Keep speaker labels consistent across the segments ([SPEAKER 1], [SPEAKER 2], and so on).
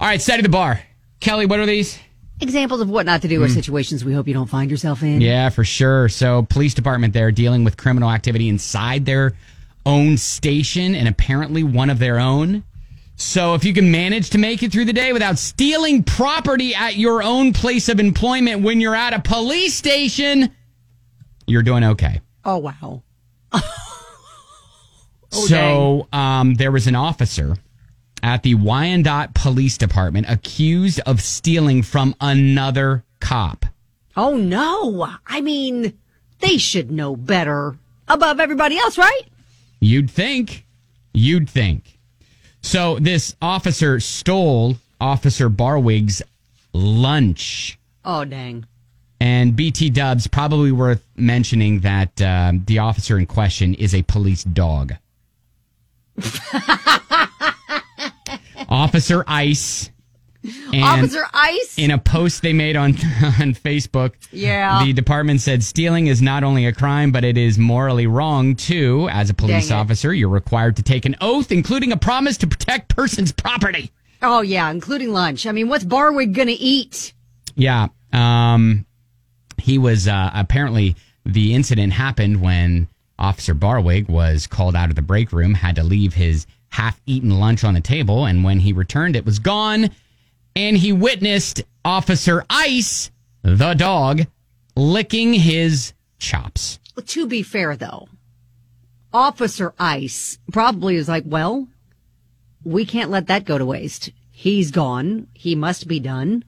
[SPEAKER 1] All right, study the bar. Kelly, what are these?
[SPEAKER 2] Examples of what not to do or situations we hope you don't find yourself in.
[SPEAKER 1] Hmm. Yeah, for sure. So, police department there dealing with criminal activity inside their own station and apparently one of their own. So, if you can manage to make it through the day without stealing property at your own place of employment when you're at a police station, you're doing okay.
[SPEAKER 2] Oh wow.
[SPEAKER 1] so um, there was an officer at the Wyandotte Police Department accused of stealing from another cop.
[SPEAKER 2] Oh no. I mean, they should know better above everybody else, right?
[SPEAKER 1] You'd think. You'd think. So this officer stole Officer Barwig's lunch.
[SPEAKER 2] Oh dang.
[SPEAKER 1] And BT Dubs probably worth mentioning that um, the officer in question is a police dog. officer Ice. and-
[SPEAKER 2] Officer Ice.
[SPEAKER 1] in a post they made on on Facebook,
[SPEAKER 2] Yeah.
[SPEAKER 1] the department said stealing is not only a crime but it is morally wrong too. As a police
[SPEAKER 2] Dang it.
[SPEAKER 1] officer, you're required to take an oath, including a promise to protect person's property.
[SPEAKER 2] oh yeah, including lunch. I mean, what's Barwig gonna eat?
[SPEAKER 1] Yeah, um, he was uh, apparently the incident happened when Officer Barwig was called out of the break room, had to leave his half-eaten lunch on the table, and when he returned, it was gone. and he witnessed Officer Ice, the dog, licking his chops.
[SPEAKER 2] To be fair though, Officer Ice probably is like, well, we can't let that go to waste. He's gone. He must be done.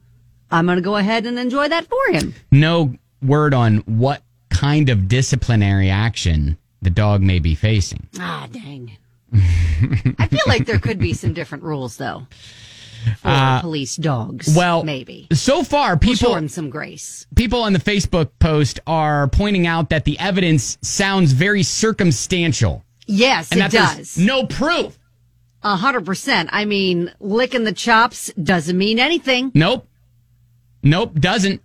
[SPEAKER 2] I'm gonna go ahead and enjoy that for him.
[SPEAKER 1] No word on what kind of disciplinary action the dog may be facing.
[SPEAKER 2] Ah, dang. I feel like there could be some different rules, though, for police dogs.
[SPEAKER 1] Uh, Well,
[SPEAKER 2] maybe
[SPEAKER 1] So far,
[SPEAKER 2] show
[SPEAKER 1] people
[SPEAKER 2] them some grace.
[SPEAKER 1] people on the Facebook post are pointing out that the evidence sounds very circumstantial,
[SPEAKER 2] Yes, it
[SPEAKER 1] that there's
[SPEAKER 2] does.
[SPEAKER 1] no proof.
[SPEAKER 2] A hundred percent. I mean, licking the chops doesn't mean anything.
[SPEAKER 1] Nope, nope, doesn't.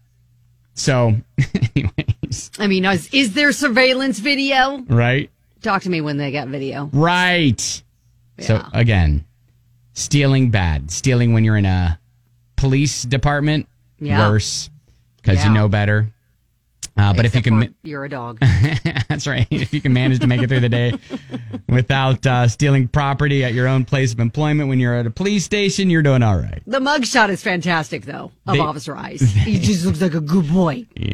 [SPEAKER 1] So, anyways,
[SPEAKER 2] I mean, is, is there surveillance video?
[SPEAKER 1] right.
[SPEAKER 2] Talk to me when they got video.
[SPEAKER 1] Right. So again, stealing bad. Stealing when you're in a police department
[SPEAKER 2] Yeah.
[SPEAKER 1] worse because you
[SPEAKER 2] Yeah.
[SPEAKER 1] know better. Uh, but if you
[SPEAKER 2] Except
[SPEAKER 1] can,
[SPEAKER 2] for you're a dog.
[SPEAKER 1] ma- that's right. If you can manage to make it through the day without uh, stealing property at your own place of employment when you're at a police station, you're doing all right.
[SPEAKER 2] the mugshot is fantastic, though, of
[SPEAKER 1] They-
[SPEAKER 2] Officer Ice. he just looks like a good boy.
[SPEAKER 1] He's,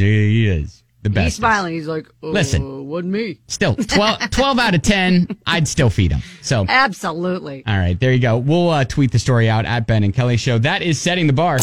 [SPEAKER 1] he is the best.
[SPEAKER 2] He's smiling. He's like, oh,
[SPEAKER 1] Listen.
[SPEAKER 2] what me?
[SPEAKER 1] Still 12, 12 out of ten. I'd still feed him. So.
[SPEAKER 2] Absolutely.
[SPEAKER 1] All right, there you go. We'll uh, tweet the story out at Ben and Kelly Show. That is setting the bar.